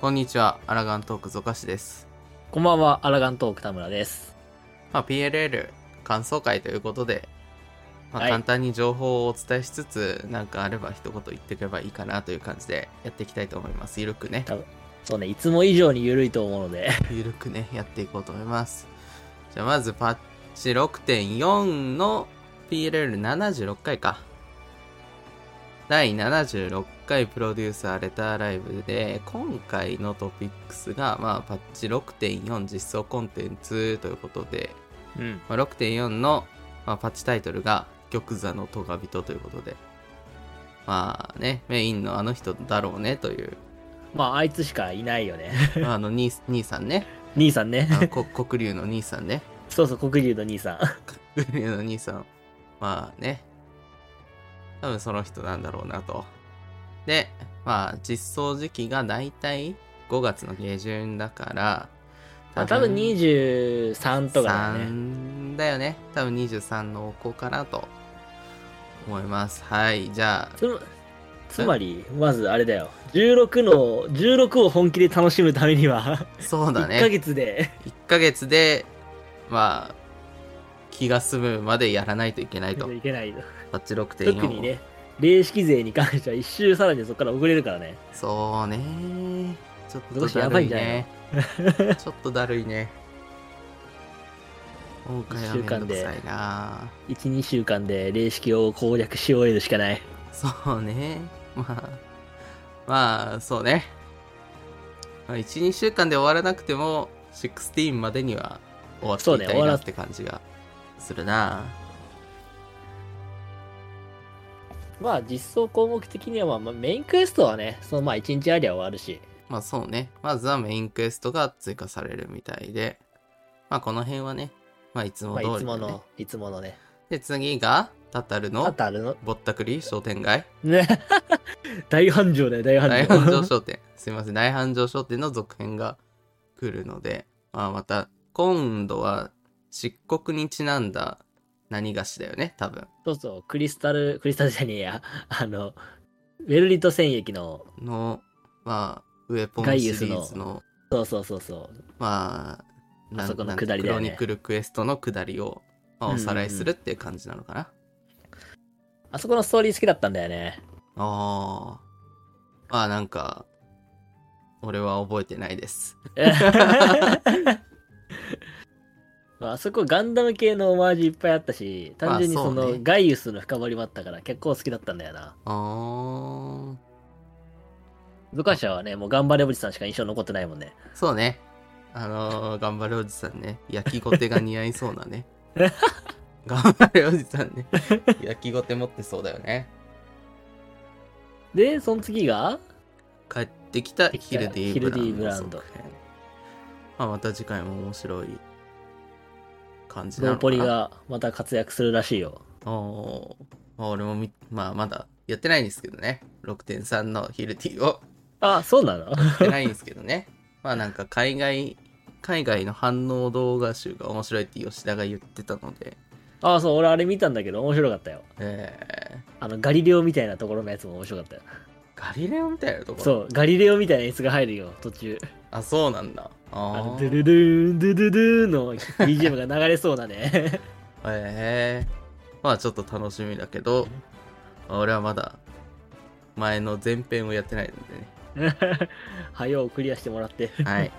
こんにちは、アラガントークゾカシです。こんばんは、アラガントーク田村です。まあ、PLL 感想会ということで、まあ、はい簡単に情報をお伝えしつつ、なんかあれば一言言っていけばいいかなという感じでやっていきたいと思います。ゆるくね、そうね、いつも以上に緩いと思うので、ゆるくね、やっていこうと思います。じゃあまずパッチ6.4の PLL76 回か。第76回プロデューサーレターライブで、今回のトピックスが、まあ、パッチ6.4実装コンテンツということで、うん。まあ、6.4の、まあ、パッチタイトルが「玉座の咎人」ということでまあねメインのあの人だろうねという まあ、あいつしかいないよね。 あの兄兄さんね兄さんね。あのこ黒龍の兄さんね そうそう、黒竜の兄さん。黒龍の兄さんまあね多分その人なんだろうなとでまあ実装時期が大体5月の下旬だからまあ、多分23とかだね。 3だよね多分23の子かなと思いますはいじゃつまつまり、まずあれだよ。16の、16を本気で楽しむためには、あそうだ1ヶね月で、 1ヶ月でまあ気が済むまでやらないといけないといけない。パッチ6.4特にね、霊式税に関しては1周さらにそこから遅れるからね。そうねちょっどとうしよだうやばるいんいじゃないねちょっとだるい ね今回はめんどくさいな1、2週間で霊式を攻略し終えるしかない。そうね。まあ、まあ、そうね。まあ、1、2週間で終わらなくても、16までには終わっていたそうねい終わならって感じがするな。まあ実装項目的には、まあ、まあメインクエストはね、そのまあ1日ありゃ終わるし。まあそうね。まずはメインクエストが追加されるみたいで、まあこの辺はね、まあいつもまあ通り、ねいつもの、いつものね。で、次が、タタルあのとあるのぼったくり商店街。ね。 大繁盛だよ、大繁大盛。繁盛商店。すいません。大繁盛商店の続編が来るので、まあまた、今度は漆黒にちなんだ何菓子だよね、多分。 そうそう、クリスタル、クリスタルじゃねえや。あの、ウェルリト戦役の、の、まあ、ウェポンガシイリウスのーズの、そうそうそうそう。まあ、あそこのなん下りだよクロねニクルクエストの下りを、まあうおんうんうんさらいするっていう感じなのかな。あそこのストーリー好きだったんだよ ね。ああ。まあなんか、俺は覚えてないです。まああそこガンダム系のオマージュいっぱいあったし、単純にまあそそうねのガイウスの深掘りもあったから結構好きだったんだよな。ああ。部下者はね、もう頑張れおじさんしか印象残ってないもんね。そうね。あのー、頑張れおじさんね。焼きごてが似合いそうな ね。頑張れおじさんね。焼きごて持ってそうだよね。で、その次が、帰ってきたヒルディブランド。ヒルディブランド続編まあ、また次回も面白い感じなノのかーポな。リがまた活躍するらしいよ。おーまあ、俺もみ、まあ、まだやってないんですけどね。6.3のヒルディをあ、そうなのやってないんですけどね。 まあなんか海外、海外の反応動画集が面白いって吉田が言ってたので、 あ、そう、俺あれ見たんだけど面白かったよ。えー、あの、ガリレオみたいなところのやつも面白かったよ。ガリレオみたいなところそう、ガリレオみたいな演出が入るよ、途中。あ、そうなんだ。ああの、ドーゥルドゥーン、ドゥドゥドゥーンの BGM が流れそうだね。 へえまあちょっと楽しみだけど、俺はまだ前の前編をやってないのでね。はようクリアしてもらって。 はい。じ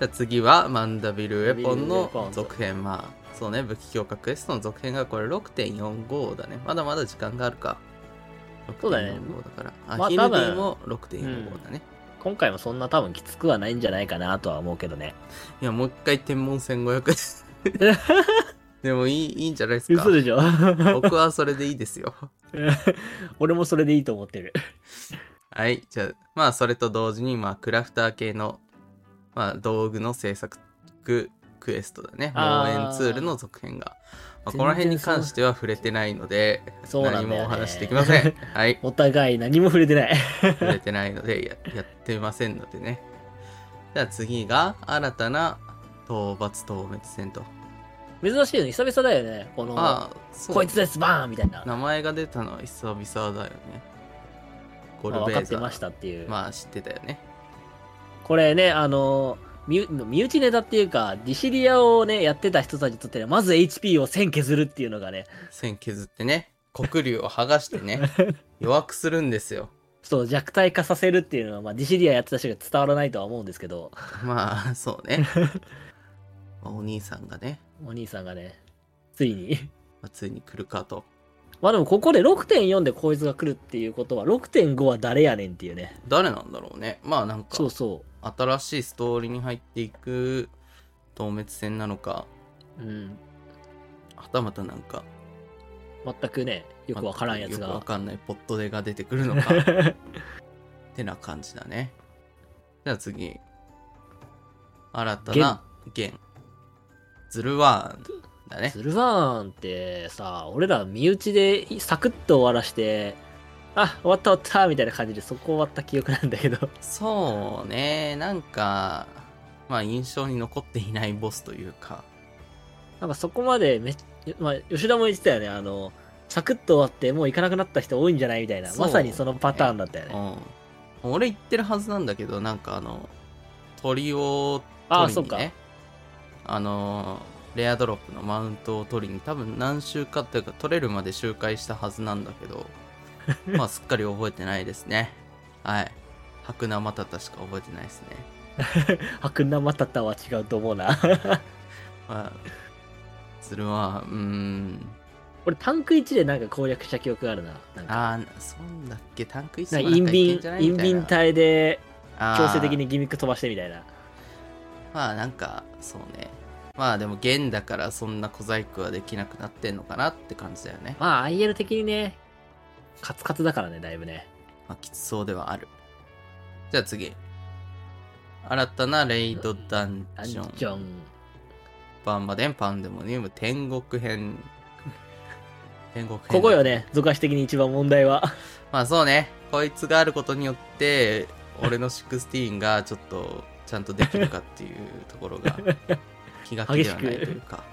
ゃあ次はマンダビルウェポンマンダビルウェポのン続編。まあそうね、武器強化クエストの続編がこれ6.45だね。まだまだ時間があるか。そうだね6.45だから。あ、まあヒルデ多ィ分も6.45だね。今回もそんな多分きつくはないんじゃないかなとは思うけどね。いや、もう一回天文1500。で もいいいいんじゃないですか嘘。でしょ 僕はそれでいいですよ。俺もそれでいいと思ってる。はい。じゃあ、まあ、それと同時に、まあ、クラフター系の、まあ、道具の制作クエストだね。あ農ー園ツールの続編が。まあ、全然この辺に関しては触れてないので、そうなんだ何よねもお話しできませ ん。はい。お互い何も触れてない。 触れてないのでや、やってませんのでね。じゃあ次が、新たな討伐討滅戦と。珍しいよね、久々だよね。この、ああ、そう。こいつです、バーンみたいな。名前が出たのは久々だよね。ゴルまあ分ベかーってザまーし。たっていう。まあ、知ってたよね。これね、あの、身身内ネタっていうか、ディシリアをね、やってた人たちにとってね、まず HP を1000削るっていうのがね、線削ってね黒竜を剥がして ね弱くするんですよそう、弱体化させるっていうのは、まあ、ディシリアやってた人が伝わらないとは思うんですけど、まあそうねまあお兄さんがね、お兄さんがね、ついに。 まあ、ついに来るかとまあでも、ここで6.4でこいつが来るっていうことは、6.5は誰やねんっていうね。誰なんだろうねまあなんかそうそう。新しいストーリーに入っていく透滅戦なのかうん、はたまたなんか全くね、よくわからんやつよくわが。かんないポットデが出てくるの かってな感じだねじゃあ次新たな弦ズルワーンだねズルバーンってさ、俺ら身内でサクッと終わらして、あ、終わった終わったみたいな感じでそこ終わった記憶なんだけど。 そうねなんかまあ印象に残っていないボスというかなんかそこまでめっ、まあ、吉田も言ってたよね、あの、サクッと終わってもう行かなくなった人多いんじゃないみたいな。そうまさにそのパターンだったよね。うん、俺言ってるはずなんだけどなんかあの鳥をああ取りにそねあのレアドロップのマウントを取りに多分何周かっていうか取れるまで周回したはずなんだけ どまあすっかり覚えてないですねはい白生タタしか覚えてないですね、白生マタタは違うと思うな。 まあ、それはうーん俺タンク1でなんか攻略した記憶があるな。なんか、ああそんだっけタンク一なん層か陰い便、陰便体で強制的にギミック飛ばしてみたいな。まあなんかそうねまあでも弦だからそんな小細工はできなくなってんのかなって感じだよね、まあ IL 的にね、カツカツだからね、だいぶね。まあ、きつそうではあるじゃあ次新たなレイドダンダンジジョンョン。バンバデンパンデモニウム天国編天国編ここよね、俗足的に一番問題は。まあそうねこいつがあることによって俺の16がちょっとちゃんとできるかっていうところが気が気ではないというか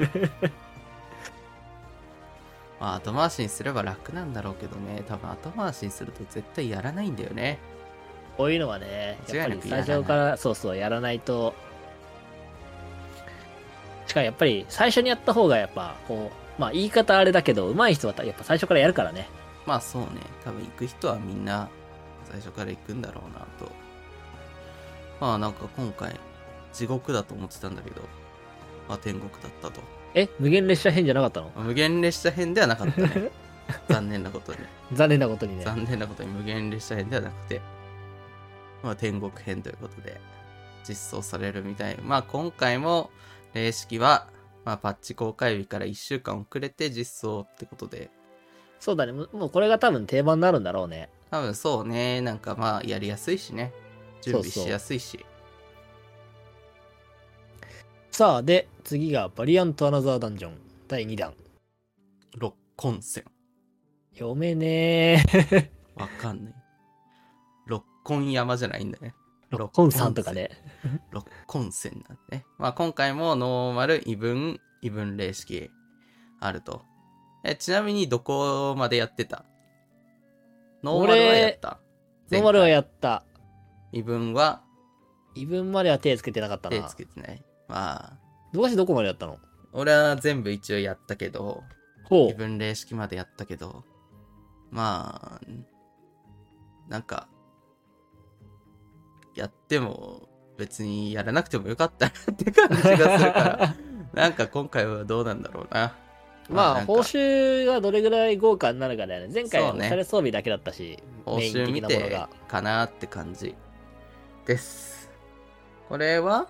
まあ後回しにすれば楽なんだろうけどね多分後回しにすると絶対やらないんだよねこういうのはね、やっぱりスタジオから、そうそう、やらないと。しかもやっぱり、最初にやった方が、やっぱ、こう、まあ言い方あれだけど、上手い人はやっぱ最初からやるからね。まあそうね多分行く人はみんな最初から行くんだろうなとまあなんか今回地獄だと思ってたんだけど、まあ、天国だったとえ、無限列車編じゃなかったの無限列車編ではなかったね残念なことに残念なことにね。残念なことに無限列車編ではなくて、まあ、天国編ということで実装されるみたいまあ今回も霊式は、まあ、パッチ公開日から1週間遅れて実装ってことでそうだね、もうもうこれが多分定番になるんだろうね。多分そうねなんかまあやりやすいしね準備しやすいしさあ、で、次が、バリアント・アナザー・ダンジョン、第2弾。六根線読めね え。わかんない六根山じゃないんだねロコンさんとかね。六根線なんでね。まあ今回もノーマル、異文、異文霊式あると。え、ちなみにどこまでやってたノーマルはやった。ノーマルはっやった。異文は異分までは手つけてなかった手な。つけてない。まあ、どうしてどこまでやったの俺は全部一応やったけど、ほ異文霊式までやったけど、まあ、なんか、やっても別にやらなくてもよかったなって感じがする から。なんか今回はどうなんだろうな。まなあ、んか報酬がどれぐらい豪華になるかだよね。前回はそおうねしゃれ装備だけだったし、報メイン酬的見なものてが。かなって感じです。これは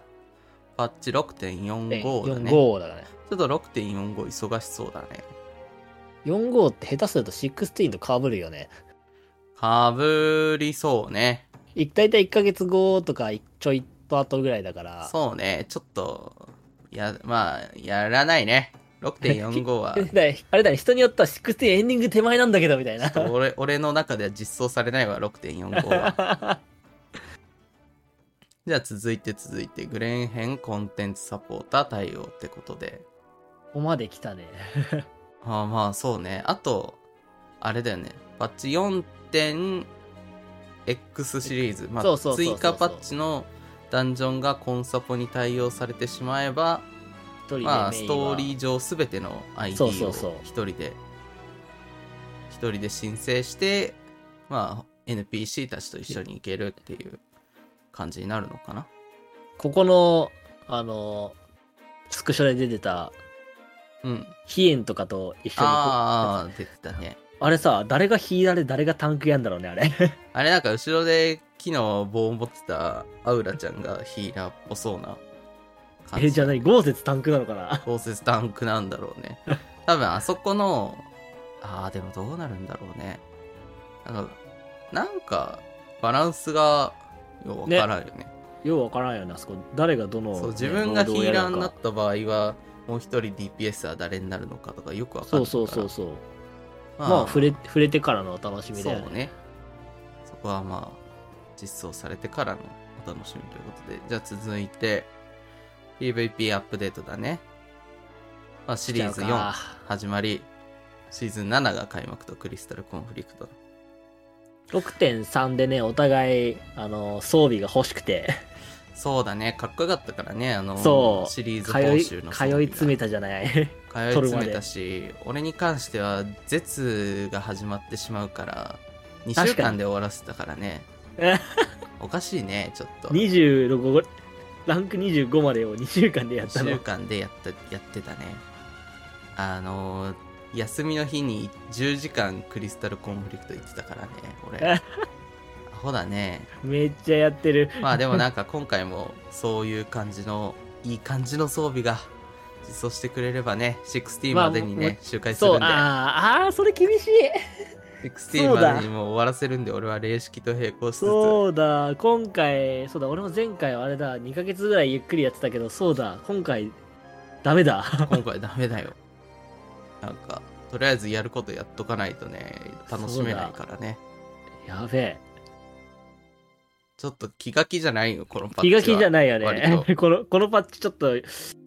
パッチ6.45だね。ちょ45だからね。っと6.45忙しそうだね。 45って下手すると16と被るよね。かぶりそうね。い大体1ヶ月後とかちょいと後ぐらいだから、そうね。ちょっと、や、まあ、やらないね。6.45は あ。れだね、あれだね人によっては16エンディング手前なんだけどみたいな。俺俺の中では実装されないわ6.45は じゃあ続いて続いてグレーン編コンテンツサポーター対応ってことでここまで来たね。ああまあそうね。あと、あれだよね。パッチ 4.x シリーズ。まそあうそうそうそう追加パッチのダンジョンがコンサポに対応されてしまえば、一人でメインは、まあ、ストーリー上すべての ID そをうそうそう一人で一人で申請して、まあ、NPC たちと一緒に行けるっていう感じになるのかなここの、あの、スクショで出てた、うんヒエンとかと一緒にこうああ出てたねあれさ、誰がヒーラーで誰がタンクやんだろうね、あれ。あれなんか後ろで木の棒を持ってたアウラちゃんがヒーラーっぽそうな感え、じゃあ何豪雪タンクなのかな 小説タンクなんだろうね。多分あそこの、ああ、でもどうなるんだろうね。なんか、なんかバランスがようわからんよね。ようわからんよな、あそこ。誰がどの。そう、ね自分がヒーラーになっ。労働をやるのかた場合は、もう一人 DPS は誰になるのかとかよくわかそんなういから。そうそうそう。ままあ、触れ、触れてからのお楽しみだよそうね。ね。そこはまあ、実装されてからのお楽しみということで。じゃあ続いて、PVP アップデートだね。まあ、シリーズ来ちゃ4うか。始まりシーズン7が開幕とクリスタルコンフリクト6.3でね、お互い、あの、装備が欲しくて、そうだねかっこよかったからねあのそうシリーズ報通い、通酬のい詰めたたじゃない。通い詰めたし俺に関しては絶が始まってしまうから2週確か間にで終わらせたからねおかしいねちょっと2 26、ランク25までを2週間でやった週の。間でやった やってたねあの休みの日に10時間クリスタルコンフリクト行ってたからね 俺アホだねめっちゃやってる。まあでもなんか今回もそういう感じのいい感じの装備が実装してくれればね60まあまでにもうね周回すそるう、んであーあー、それ厳しい。 60そうだまでにもう終わらせるんで俺は霊式と並行しつつそうだ、今回、そうだ、俺も前回はあれだ、2ヶ月ぐらいゆっくりやってたけど、そうだ、今回、ダメだ。 今回ダメだよなんかとりあえずやることやっとかないとね楽しめないからねやべえ。ちょっと気が気じゃないよこのパッチ気はが気じゃないよ割 ね。この、このパッチちょっと、ち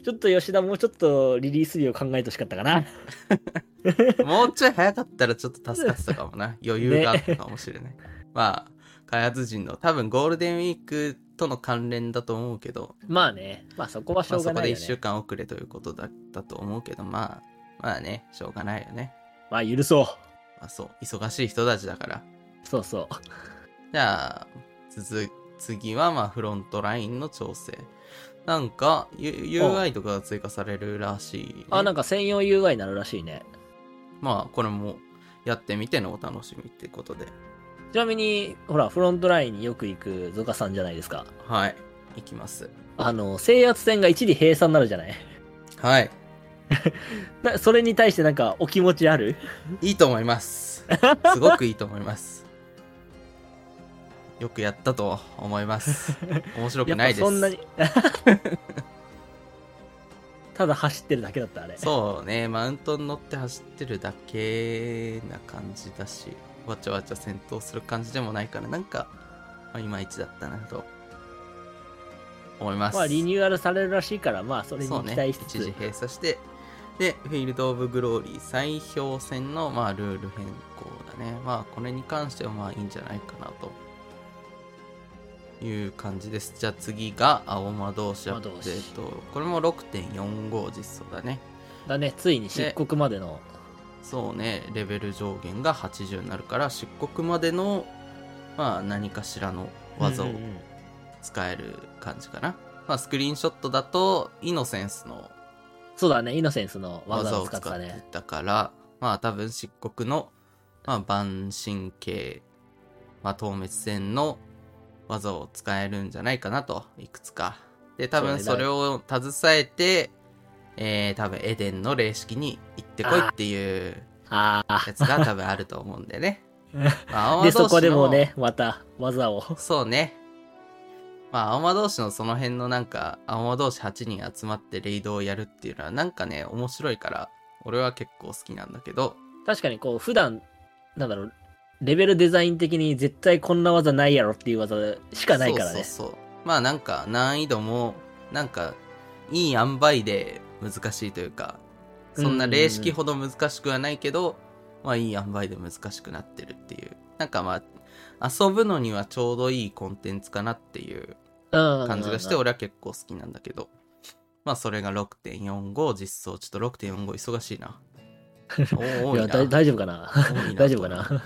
ょっと吉田もうちょっとリリース日を考えてほしかったかな。もうちょい早かったらちょっと助かってたかも な。余裕があったかもしれない。まあ、開発陣の多分ゴールデンウィークとの関連だと思うけど、 まあね、まあそこはしまあ、ょうそがこなでいよ1ね。週間遅れということだったと思うけど、まあ、まあね、しょうがないよね。まあ許そう。まあそう、忙しい人たちだから。そうそう。じゃあ、続、次はまあフロントラインの調整。なんか、U- UI とかが追加されるらしいね、あ、なんか専用 UI になるらしいね。まあ、これもやってみてのお楽しみってことで。ちなみに、ほら、フロントラインによく行くゾカさんじゃないですか。はい、いきます。あの、制圧線が一時閉鎖になるじゃない。はい。な それに対してなんかお気持ちあるいいと思います。すごくいいと思います。 よくやったと思い ます。面白くないです。やっぱそんなに ただ走ってるだけだったあれそうね、マウントに乗って走ってるだけな感じだし、わちゃわちゃ戦闘する感じでもないから、なんか、まあ、いまいちだったなと思います。まあリニューアルされるらしいからまあそれに期そう待ね、しつ一つ、時閉鎖して、で、フィールド・オブ・グローリー再評戦の、まあ、ルール変更だね。まあ、これに関しては、まあ、いいんじゃないかなという感じです。じゃあ次が、青魔同士アップデート。これも6.45実装だね。だねついに漆黒までのそうね、レベル上限が80になるから、漆黒までの、まあ、何かしらの技をうんうんうん使える感じかな。まあ、スクリーンショットだと、イノセンスのそうだねイノセンスの技を使ってた技をねたからまあ多分漆黒の、まあ、万神経、まあ、透滅戦の技を使えるんじゃないかなといくつかで多分そそうねれを携えて、えー、多分エデンの霊式に行ってこいっていうああやつが多分あると思うんで ねまあ青魔同で士のそこでもねまた技をそうねまあ青魔同士のその辺のなんか青魔同士8人集まってレイドをやるっていうのはなんかね面白いから俺は結構好きなんだけど確かにこう普段なんだろうレベルデザイン的に絶対こんな技ないやろっていう技しかないからねそうそうそうまあなんか難易度もなんかいい塩梅で難しいというかそんな霊式ほど難しくはないけど、まあいい塩梅で難しくなってるっていうなんかまあ遊ぶのにはちょうどいいコンテンツかなっていう感感じがして、俺は結構好きなんだけど。まあ、それが6.45実装。ちょっと6.45忙しい な。お多いやいだな。大丈夫かな多いな 大丈夫かな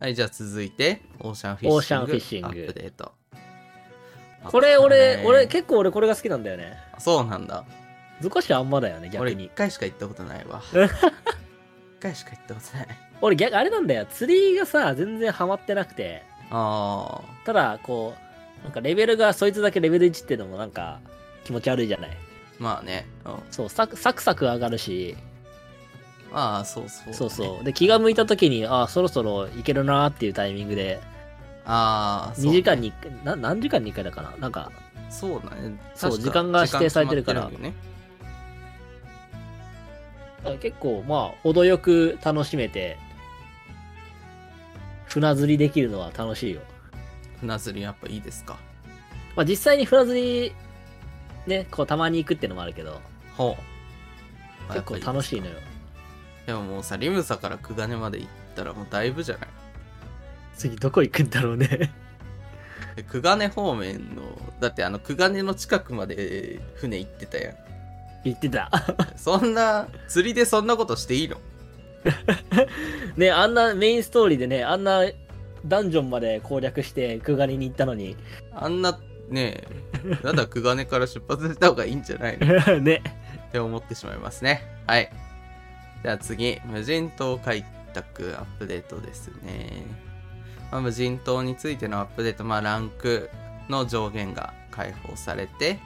はい、じゃあ続いて、オーシャンフィッシング。オーシャンフィッシングアップデート。これ俺、俺、け結構俺これが好きなんだよね。そうなんだ。図工師あんまだよね、逆俺に一。回しか行ったことない わ。一回しか行ったことない。俺逆、あれなんだよ、釣りがさ、全然ハマってなくて、あただ、こう、なんかレベルがそいつだけレベル1っていうのもなんか気持ち悪いじゃない。ー、まあね。うん、そう、サクサクサク上がるし、ああ、そうそう、そうそう。で、気が向いた時に、ああ、そろそろいけるなーっていうタイミングで、ああ、そう2時間に1回、な何時間に1回だかななんか、そうだね。そう確か時間が指定されてるから時間決まってるんだよね結構まあ、程よく楽しめて、船釣りできるのは楽しいよ。船釣りやっぱいいですか。まあ実際に船釣り、ね、こうたまに行くってのもあるけど、ほう。結構楽しいね。のよ。でももうさ、リムサからクガネまで行ったらもうだいぶじゃない次どこ行くんだろうね。でクガネ方面の、だってあのクガネの近くまで船行ってたやん。言ってた。そんな、釣りでそんなことしていいのね、あんなメインストーリーでね、あんなダンジョンまで攻略してクガニに行ったのに、あんな、ねえ、なんだクガネから出発した方がいいんじゃないの ね。って思ってしまいますね。はい。じゃあ次、無人島開拓アップデートですね。まあ、無人島についてのアップデート、まあ、ランクの上限が解放されて、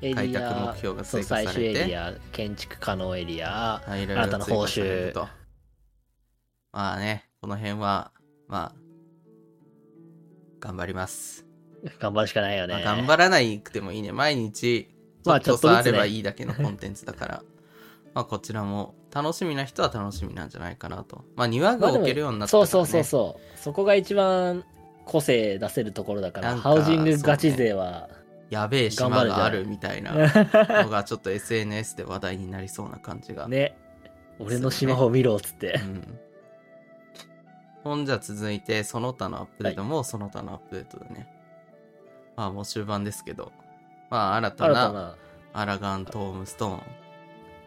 エ開リ拓ア目、標がそう追加されて最終エリア、建築可能エリア、はい、いろい新たろな追報酬加されると。まあね、この辺は、まあ、頑張ります。頑張るしかないよまあ、ね。頑張らないくてもいいね。毎日、ちょまっあとちょっさあとずつれねばいいだ けのコンテンツだから。まあこちらも楽しみな人は楽しみなんじゃないかなと。まあ庭まがあで置もけるようになったから、そうね。そうそうそう。そこが一番個性出せるところだから、なんかハウジングガチ勢は、やべえ島頑張るんじゃがないあるみたいなのがちょっと SNS で話題になりそうな感じが。 ね。俺のスマホを見ろっつってう。ん。ほんじゃ続いてその他のアップデートもその他のアップデートだね。まあもう終盤ですけど。まあ新た新なたな、アラガントームストーン。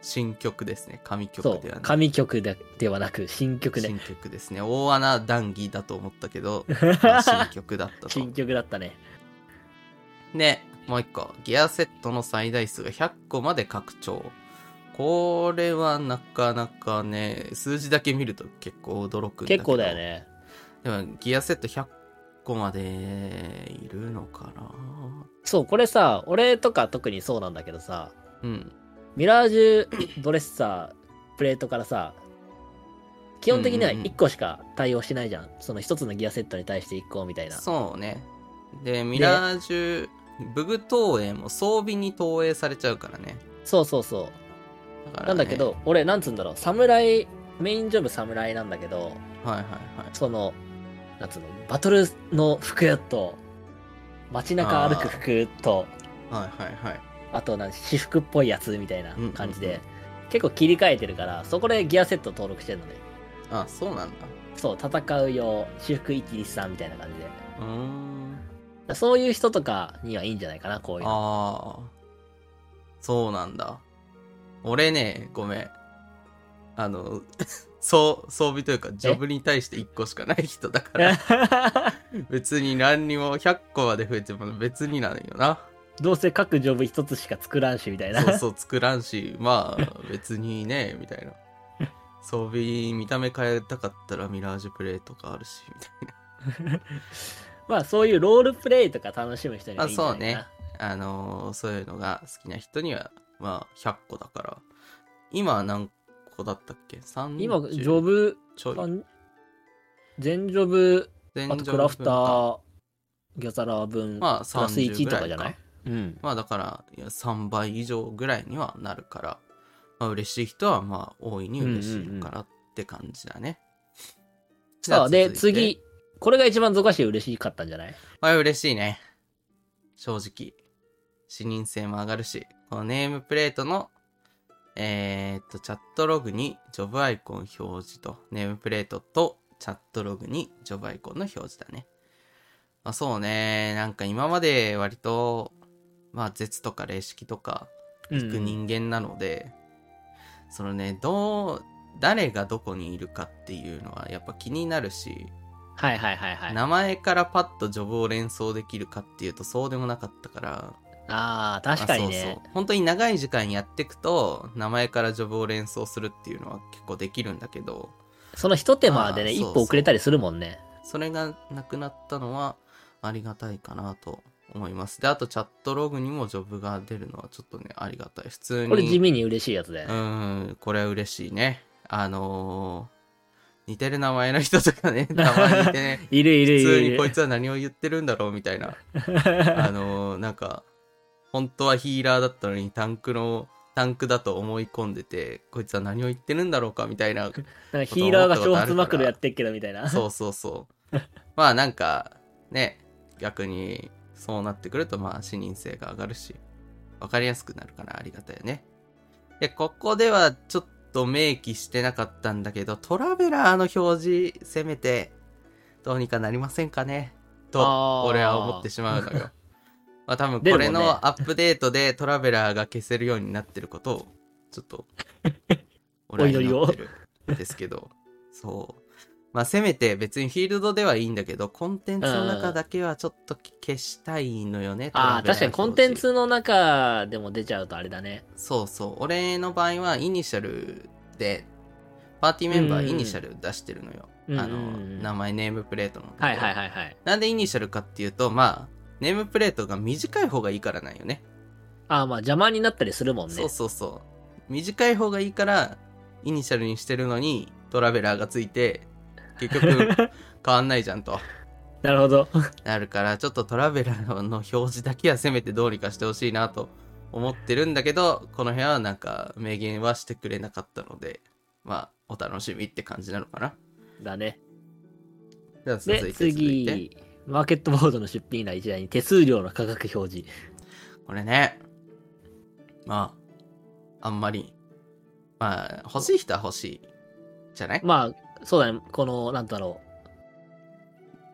新曲ですね。神曲そうではな、い。神曲でではなく、新曲ね新。曲ですね大穴談義だと思ったけ どまあ新曲だったと新曲だったね。ねもう一個ギアセットの最大数が100個まで拡張これはなかなかね数字だけ見ると結構驚くんだけど結構だよね。でもギアセット100個までいるのかなそう、これさ、俺とか特にそうなんだけどさ、うんミラージュドレッサー、プレートからさ、基本的にうはんうんうん1個しか対応しないじゃん。その1つのギアセットに対して1個みたいな。そうねでミラージュブグ投影も装備に投影されちゃうからねそうそうそう。だからねなんだけど、俺、なんつうんだろう、侍、メインジョブ侍なんだけど、はいはいはいその、なんつうの、バトルの服と、街中歩く服と、はいはいはいあとなん、私服っぽいやつみたいなうん感じで、うんうん結構切り替えてるから、そこでギアセット登録してるのね。あそうなんだそう、戦う用、私服1、2、3みたいな感じで。だかうーんらそういう人とかにはいいんじゃないかな、こういうの。ああ。そうなんだ。俺ね、ごめん。あの、 そう、装備というか、ジョブに対して1個しかない人だから、別に何にも100個まで増えても別になるよな。 どうせ各ジョブ1つしか作らんし、みたいな。そうそう作らんし、まあ別にね、みたいな。装備見た目変えたかったらミラージュプレイとかあるし、みたい まあ、そういうロールプレイとか楽しむ人にはいいんじゃないかな。あそうねな。あのーそういうのが好きな人には、まあ100個だから。今は何個だったっけ ?3 今、ジョブ、ちょいあん全ジョブ、全あとクラフターー、ギャザラー分、まあプラス30 1ぐとらかいじゃかないうん。まあだからいや3倍以上ぐらいにはなるから、まあ、嬉しい人はまあ大いに嬉しいからって感じだね、じゃさあ、で、続いて次、これが一番ゾカシ嬉しかったんじゃないまあ嬉しいね正直視認性も上がるしこのネームプレートのえーっとチャットログにジョブアイコン表示とネームプレートとチャットログにジョブアイコンの表示だねまあそうね、なんか今まで割と、まあ絶とか霊式とかうん行く人間なので、そのね、どう、誰がどこにいるかっていうのはやっぱ気になるし、はいはいはいはい。あ名前からパッとジョブを連想できるかっていうとそうでもなかったから、あー、確かにね。あそうそう本当に長い時間やっていくと名前からジョブを連想するっていうのは結構できるんだけどその一手間でね、あーそうそ一う歩遅れたりするもんね。それがなくなったのはありがたいかなと思いますであとチャットログにもジョブが出るのはちょっとねありがたい普通にこれ地味に嬉しいやつだようね。んこれは嬉しいねあのー似てる名前の人とかねたまにいてねいるいる普い通るいにる。こいつは何を言ってるんだろうみたい なあのーなんか本当はヒーラーだったのにタンクのタンクだと思い込んでてこいつは何を言ってるんだろうかみたいななんかヒーラーがこと思ったことあるか挑ら発マクロやってっけどみたいな。そうそうそう まあなんかね逆にそうなってくるとまあ視認性が上がるし分かりやすくなるからありがたいよねでここではちょっと明記してなかったんだけどトラベラーの表示せめてどうにかなりませんかねあとー俺は思ってしまうのよ まあ多分これでもねのアップデートでトラベラーが消せるようになってることをちょっ と俺は祈ってるんですけどそうまあせめて別にフィールドではいいんだけどコンテンツの中だけはちょっと消したいのよね、トあラあ、ベラ確ーかにコンテンツの中でも出ちゃうとあれだね。そうそう俺の場合はイニシャルでパーティーメンバーイニシャル出してるのよ、うんあうんうのん名前ネームプレートのところはいはいはいはい。なんでイニシャルかっていうとまあネームプレートが短い方がいいからなんよねああ、まあ邪魔になったりするもんね。そうそうそう短い方がいいからイニシャルにしてるのにトラベラーがついて結 局変わんないじゃんとなるほど。なるからちょっとトラベラーの表示だけはせめてどうにかしてほしいなと思ってるんだけどこの辺はなんか明言はしてくれなかったのでまあお楽しみって感じなのかなだね。じゃあ続いで、て続いて次、マーケットボードの出品欄一覧に手数料の価格表示。これねまああんまりまあ欲しい人は欲しいじゃないまあ、そうだね。この、なんだろ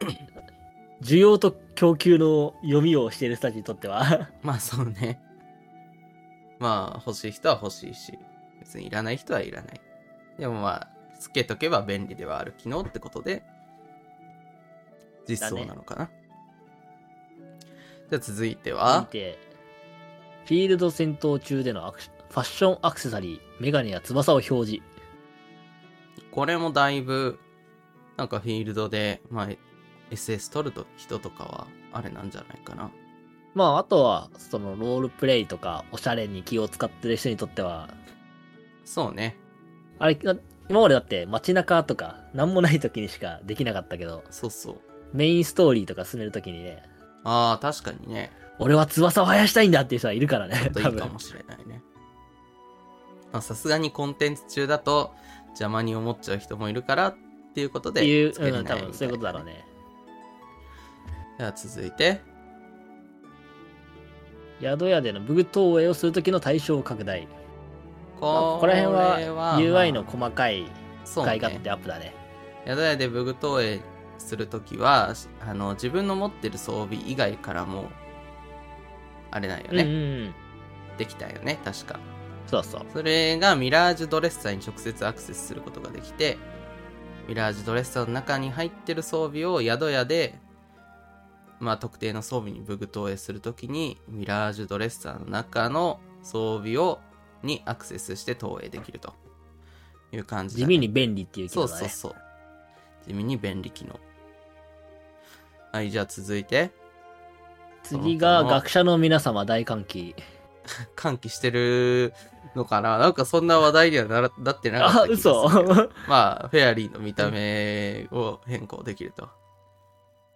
う。需要と供給の読みをしている人たちにとっては。 まあそうね。まあ欲しい人は欲しいし、別にいらない人はいらない。でもまあ、つけとけば便利ではある機能ってことで、実装なのかな。じゃあ続いて見は、て、フィールド戦闘中でのアクシファッションアクセサリー、メガネや翼を表示。これもだいぶ、なんかフィールドで、まあ、SS 取ると人とかは、あれなんじゃないかな。まあ、あとは、その、ロールプレイとか、おしゃれに気を使ってる人にとっては、そうね。あれ、今までだって街中とか、なんもない時にしかできなかったけど、そうそう。メインストーリーとか進める時にね、ああ、確かにね。俺は翼を生やしたいんだっていう人はいるからね、とい多いか分も。しれないね。まあさすがにコンテンツ中だと邪魔に思っちゃう人もいるからっていうことっでていう、作れなういん、みた多いな分そういうことだろうね。では続いて、宿屋での武具投影をする時の対象拡大。まあここら辺れは UI のま細かいあそう使い勝ね手。アップだね。宿屋でブグ投影するときはあの自分の持ってる装備以外からもあれなんようんうね、ん。できたよね確かそうそう。それがミラージュドレッサーに直接アクセスすることができて、ミラージュドレッサーの中に入ってる装備を宿屋で、まあ特定の装備にブグ投影するときに、ミラージュドレッサーの中の装備を、にアクセスして投影できるという感じ地だね、味に便利っていう機そう能だそうね。そう。地味に便利機能。はい、じゃあ続い て、次が学者の皆様大歓喜。歓喜してるのかななんかそんな話題にはならなってなかったあ、気がするけど。嘘。まあ、フェアリーの見た目を変更できると。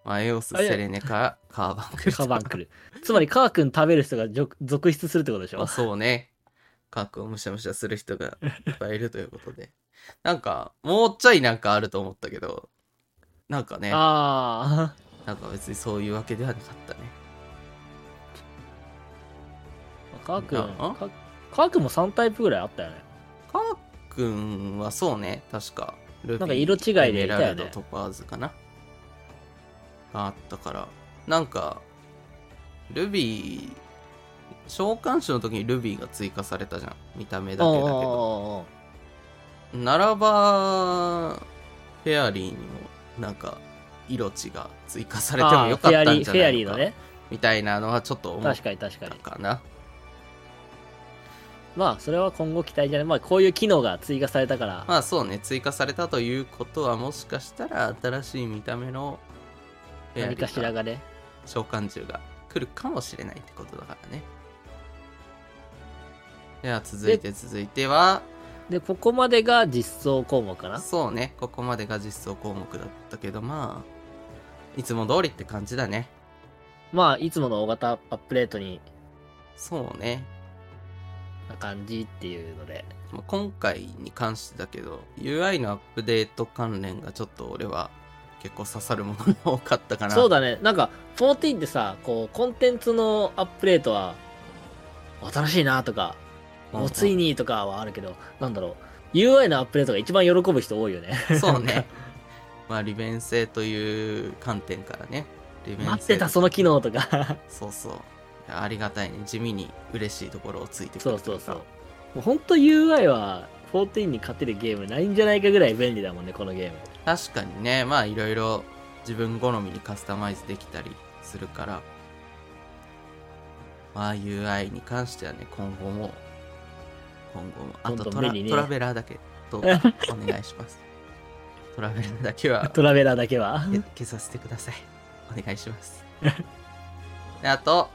まあ、エオス、あいやセレネか、カーバンクルと。カバンクル。つまり、カー君食べる人が続続出するってことでしまょあ、そうね。カークをむしゃむしゃする人がいっぱいいるということで。なんか、もうちょいなんかあると思ったけど、なんかね、ああ。なんか別にそういうわけではなかったね。カー君あ、カカー君も3タイプぐらいあったよね。カーくんはそうね、確か。ルビーなんか色違いでいたよねエメラルド、トパーズかな。があったから、なんか、Ruby、召喚師の時に Ruby が追加されたじゃん。見た目だけだけど。おーおーおーならば、フェアリーにも、なんか、色地が追加されてもよかったんじゃあーフなェアいリーフェアリーののかねみたいなのはちょっと思っ確かに確かたにかな。まあそれは今後期待じゃないまあこういう機能が追加されたから、まあそうね、追加されたということは、もしかしたら新しい見た目のフェアリ何かしらーががね召喚獣が来るかもしれないってことだからね。では続いて続いては、でここまでが実装項目かなそうね、ここまでが実装項目だったけど、まあ、いつも通りって感じだね。まあいつもの大型アップデートにそうね。な感じっていうのでまあ今回に関してだけど、UI のアップデート関連がちょっと俺は結構刺さるものが多かったかな。そうだねなんか14ってさこうコンテンツのアップデートは新しいなとかうんうんおついにとかはあるけどなんだろう UI のアップデートが一番喜ぶ人多いよねそうね。まあ、利便性という観点からね。利便性待ってたその機能 とかそうそう。いやありがたいね。地味に嬉しいところをついてくそるうとそいうかそうもうほんと UI は14に勝てるゲームないんじゃないかぐらい便利だもんねこのゲーム確かにね、まあいろいろ自分好みにカスタマイズできたりするから、まあ UI に関してはね、今後も、今後も、あとどんどんトラ,、目にねトラベラーだけとお願いします。トラベラーだけはトラベラーだ けはけ消させてください。お願いし ます。であと、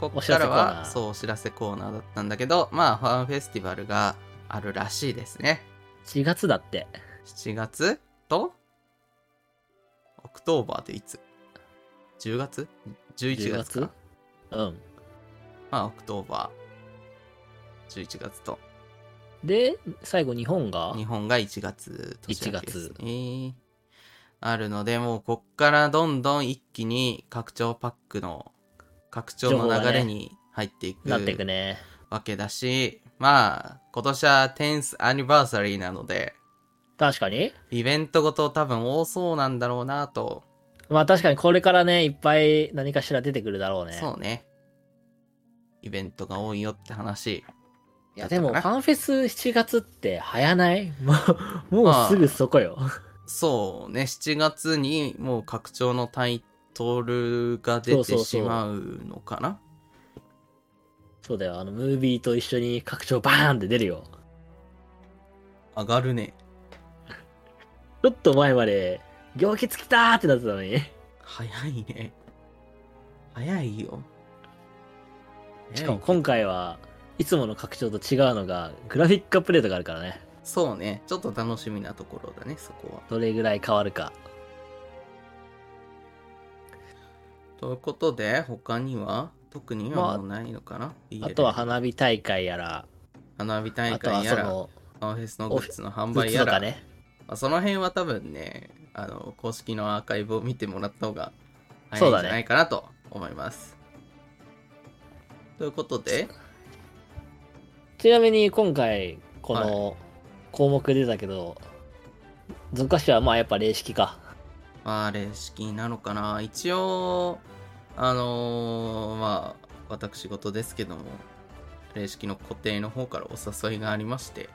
ここお知かららせコーナーは、そう、お知らせコーナーだったんだけど、まあ、ファンフェスティバルがあるらしいですね。 4月だって7月と、オクトーバーっていつ ?10 月 ?11 月か10月うんまあ、オクトーバー。11月と、で最後日本が日本が1月年明けですね。あるので、もうこっからどんどん一気に拡張パックの、拡張の流れに入っていくなっていくねわけだし、まあ、今年は 10th アニバーサリーなので、確かにイベントごと多分多そうなんだろうなと、まあ確かにこれからね、いっぱい何かしら出てくるだろうね。そうね。イベントが多いよって話。いやでも、フだったかなァンフェス7月って早ない もう、もまあうすぐそこよ。 そうね、7月にもう拡張のタイトルが出そうそてうそうしまうのかなそうだよ、あの、ムービーと一緒に拡張バーンって出るよ。上がるね。ちょっと前まで、行月来たーってなってたのに。早いね。早いよ。しかも今回はいつもの拡張と違うのが、グラフィックアップデートがあるからね。そうね、ちょっと楽しみなところだね、そこは。どれぐらい変わるか。ということで、他には特にまはあもうないのかな、言えあるとは花火大会やら、花火あ大とは会そやら、の、アオフェスのグッズの販グッ売ズやとら、かね。まあ、その辺は多分ねあの公式のアーカイブを見てもらった方が早そいうじんだゃねないかなと思います、ということでちなみに今回この項目出たけど、属下詞はまあやっぱ霊式かまあレシキなのかな一応あのーまあ私事ですけどもレシキの固定の方からお誘いがありまして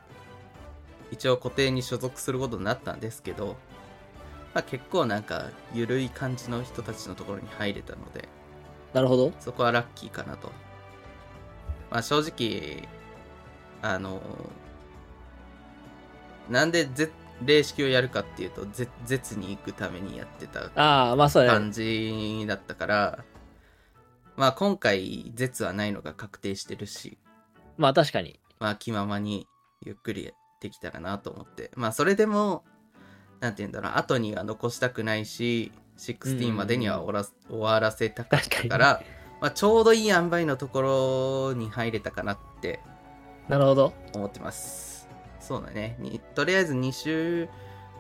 一応固定に所属することになったんですけど、まあ、結構なんか緩い感じの人たちのところに入れたのでなるほどそこはラッキーかなと。まあ正直、あの、なんでぜ霊式をやるかっていうと、ぜ絶に行くためにやってたああまあそうだね感じだったから、まあ今回、絶はないのが確定してるし、まあ確かにまあ気ままにゆっくりできたらなと思って、まあそれでも、なんて言うんだろう、後には残したくないし、16までには終わら終わらせたかっ確かにだから、まあ、ちょうどいい塩梅のところに入れたかなってなるほど思ってます。そうだね。にとりあえず2週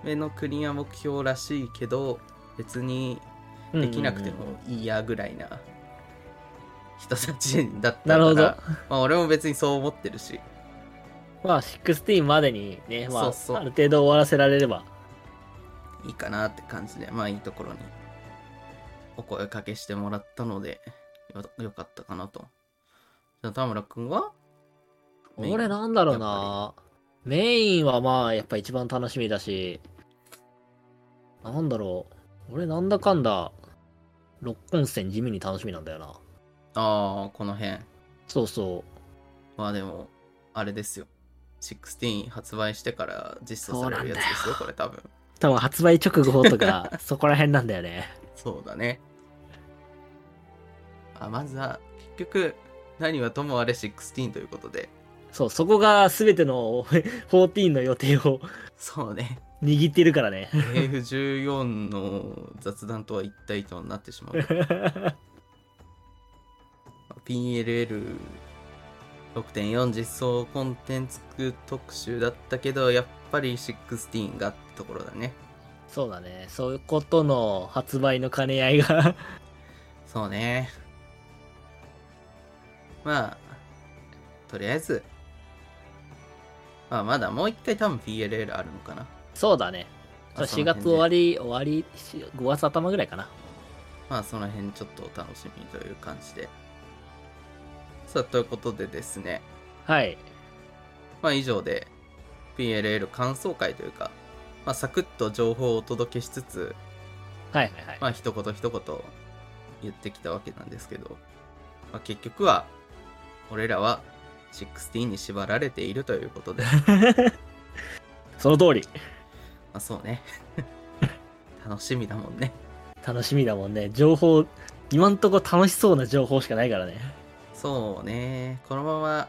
目のクリア目標らしいけど、別にできなくてうんうんうんもいいやぐらいな人たちだったから、なるほどまあ、俺も別にそう思ってるし、まあ16までにねまあそうそうある程度終わらせられればいいかなって感じで、まあいいところにお声かけしてもらったので、よよかったかなと。じゃあ田村くんはメイン俺なんだろうやな。メインはまあ、やっぱ一番楽しみだし、なんだろう。俺なんだかんだ、六本線地味に楽しみなんだよな。ああ、この辺。そうそまあでも、あれですよ。16発売してから実装されるやつですよ、これ多分。う。多分発売直後と か、そこら辺なんだよね。そうだね。あまずは、結局、何はともあれ16ということで。そう、そこが全ての 14の予定を そうね。握ってるからね。 F14 の雑談とは一体となってしまう。PLL6.4 実装コンテンツ特集だったけど、やっぱり16がってところだね。そうだね。そういうことの発売の兼ね合いが。そうね。まあ、とりあえず、まあまだもう一回多分 PLL あるのかな。 そうだね。まあ4月終わ。その辺でり、終わり、5月頭ぐらいかな。まあその辺ちょっとお楽しみという感じで。さあ、ということでですね。はい。まあ以上で PLL 感想会というか、まあ、サクッと情報をお届けしつつ、はいはいはい。まあ一言一言言ってきたわけなんですけど、まあ、結局は俺らは16に縛られているということで、まその通り。あそうね。 楽しみだもんね。楽しみだもんね。情報、今んとこ楽しそうな情報しかないからね。そうね。このまま、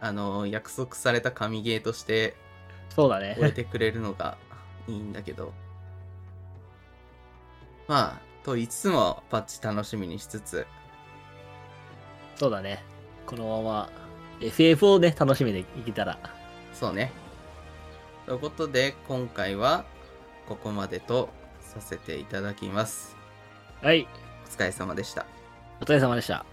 あの、約束された神ゲーとしてそうだ終えね。てくれるのがいいんだけど。まあ、と言いつつもパッチ楽しみにしつつ、そうだね。このまま FF をね、楽しみでいけたら。そうね。ということで、今回はここまでとさせていただきます。はい。お疲れ様でした。お疲れ様でした。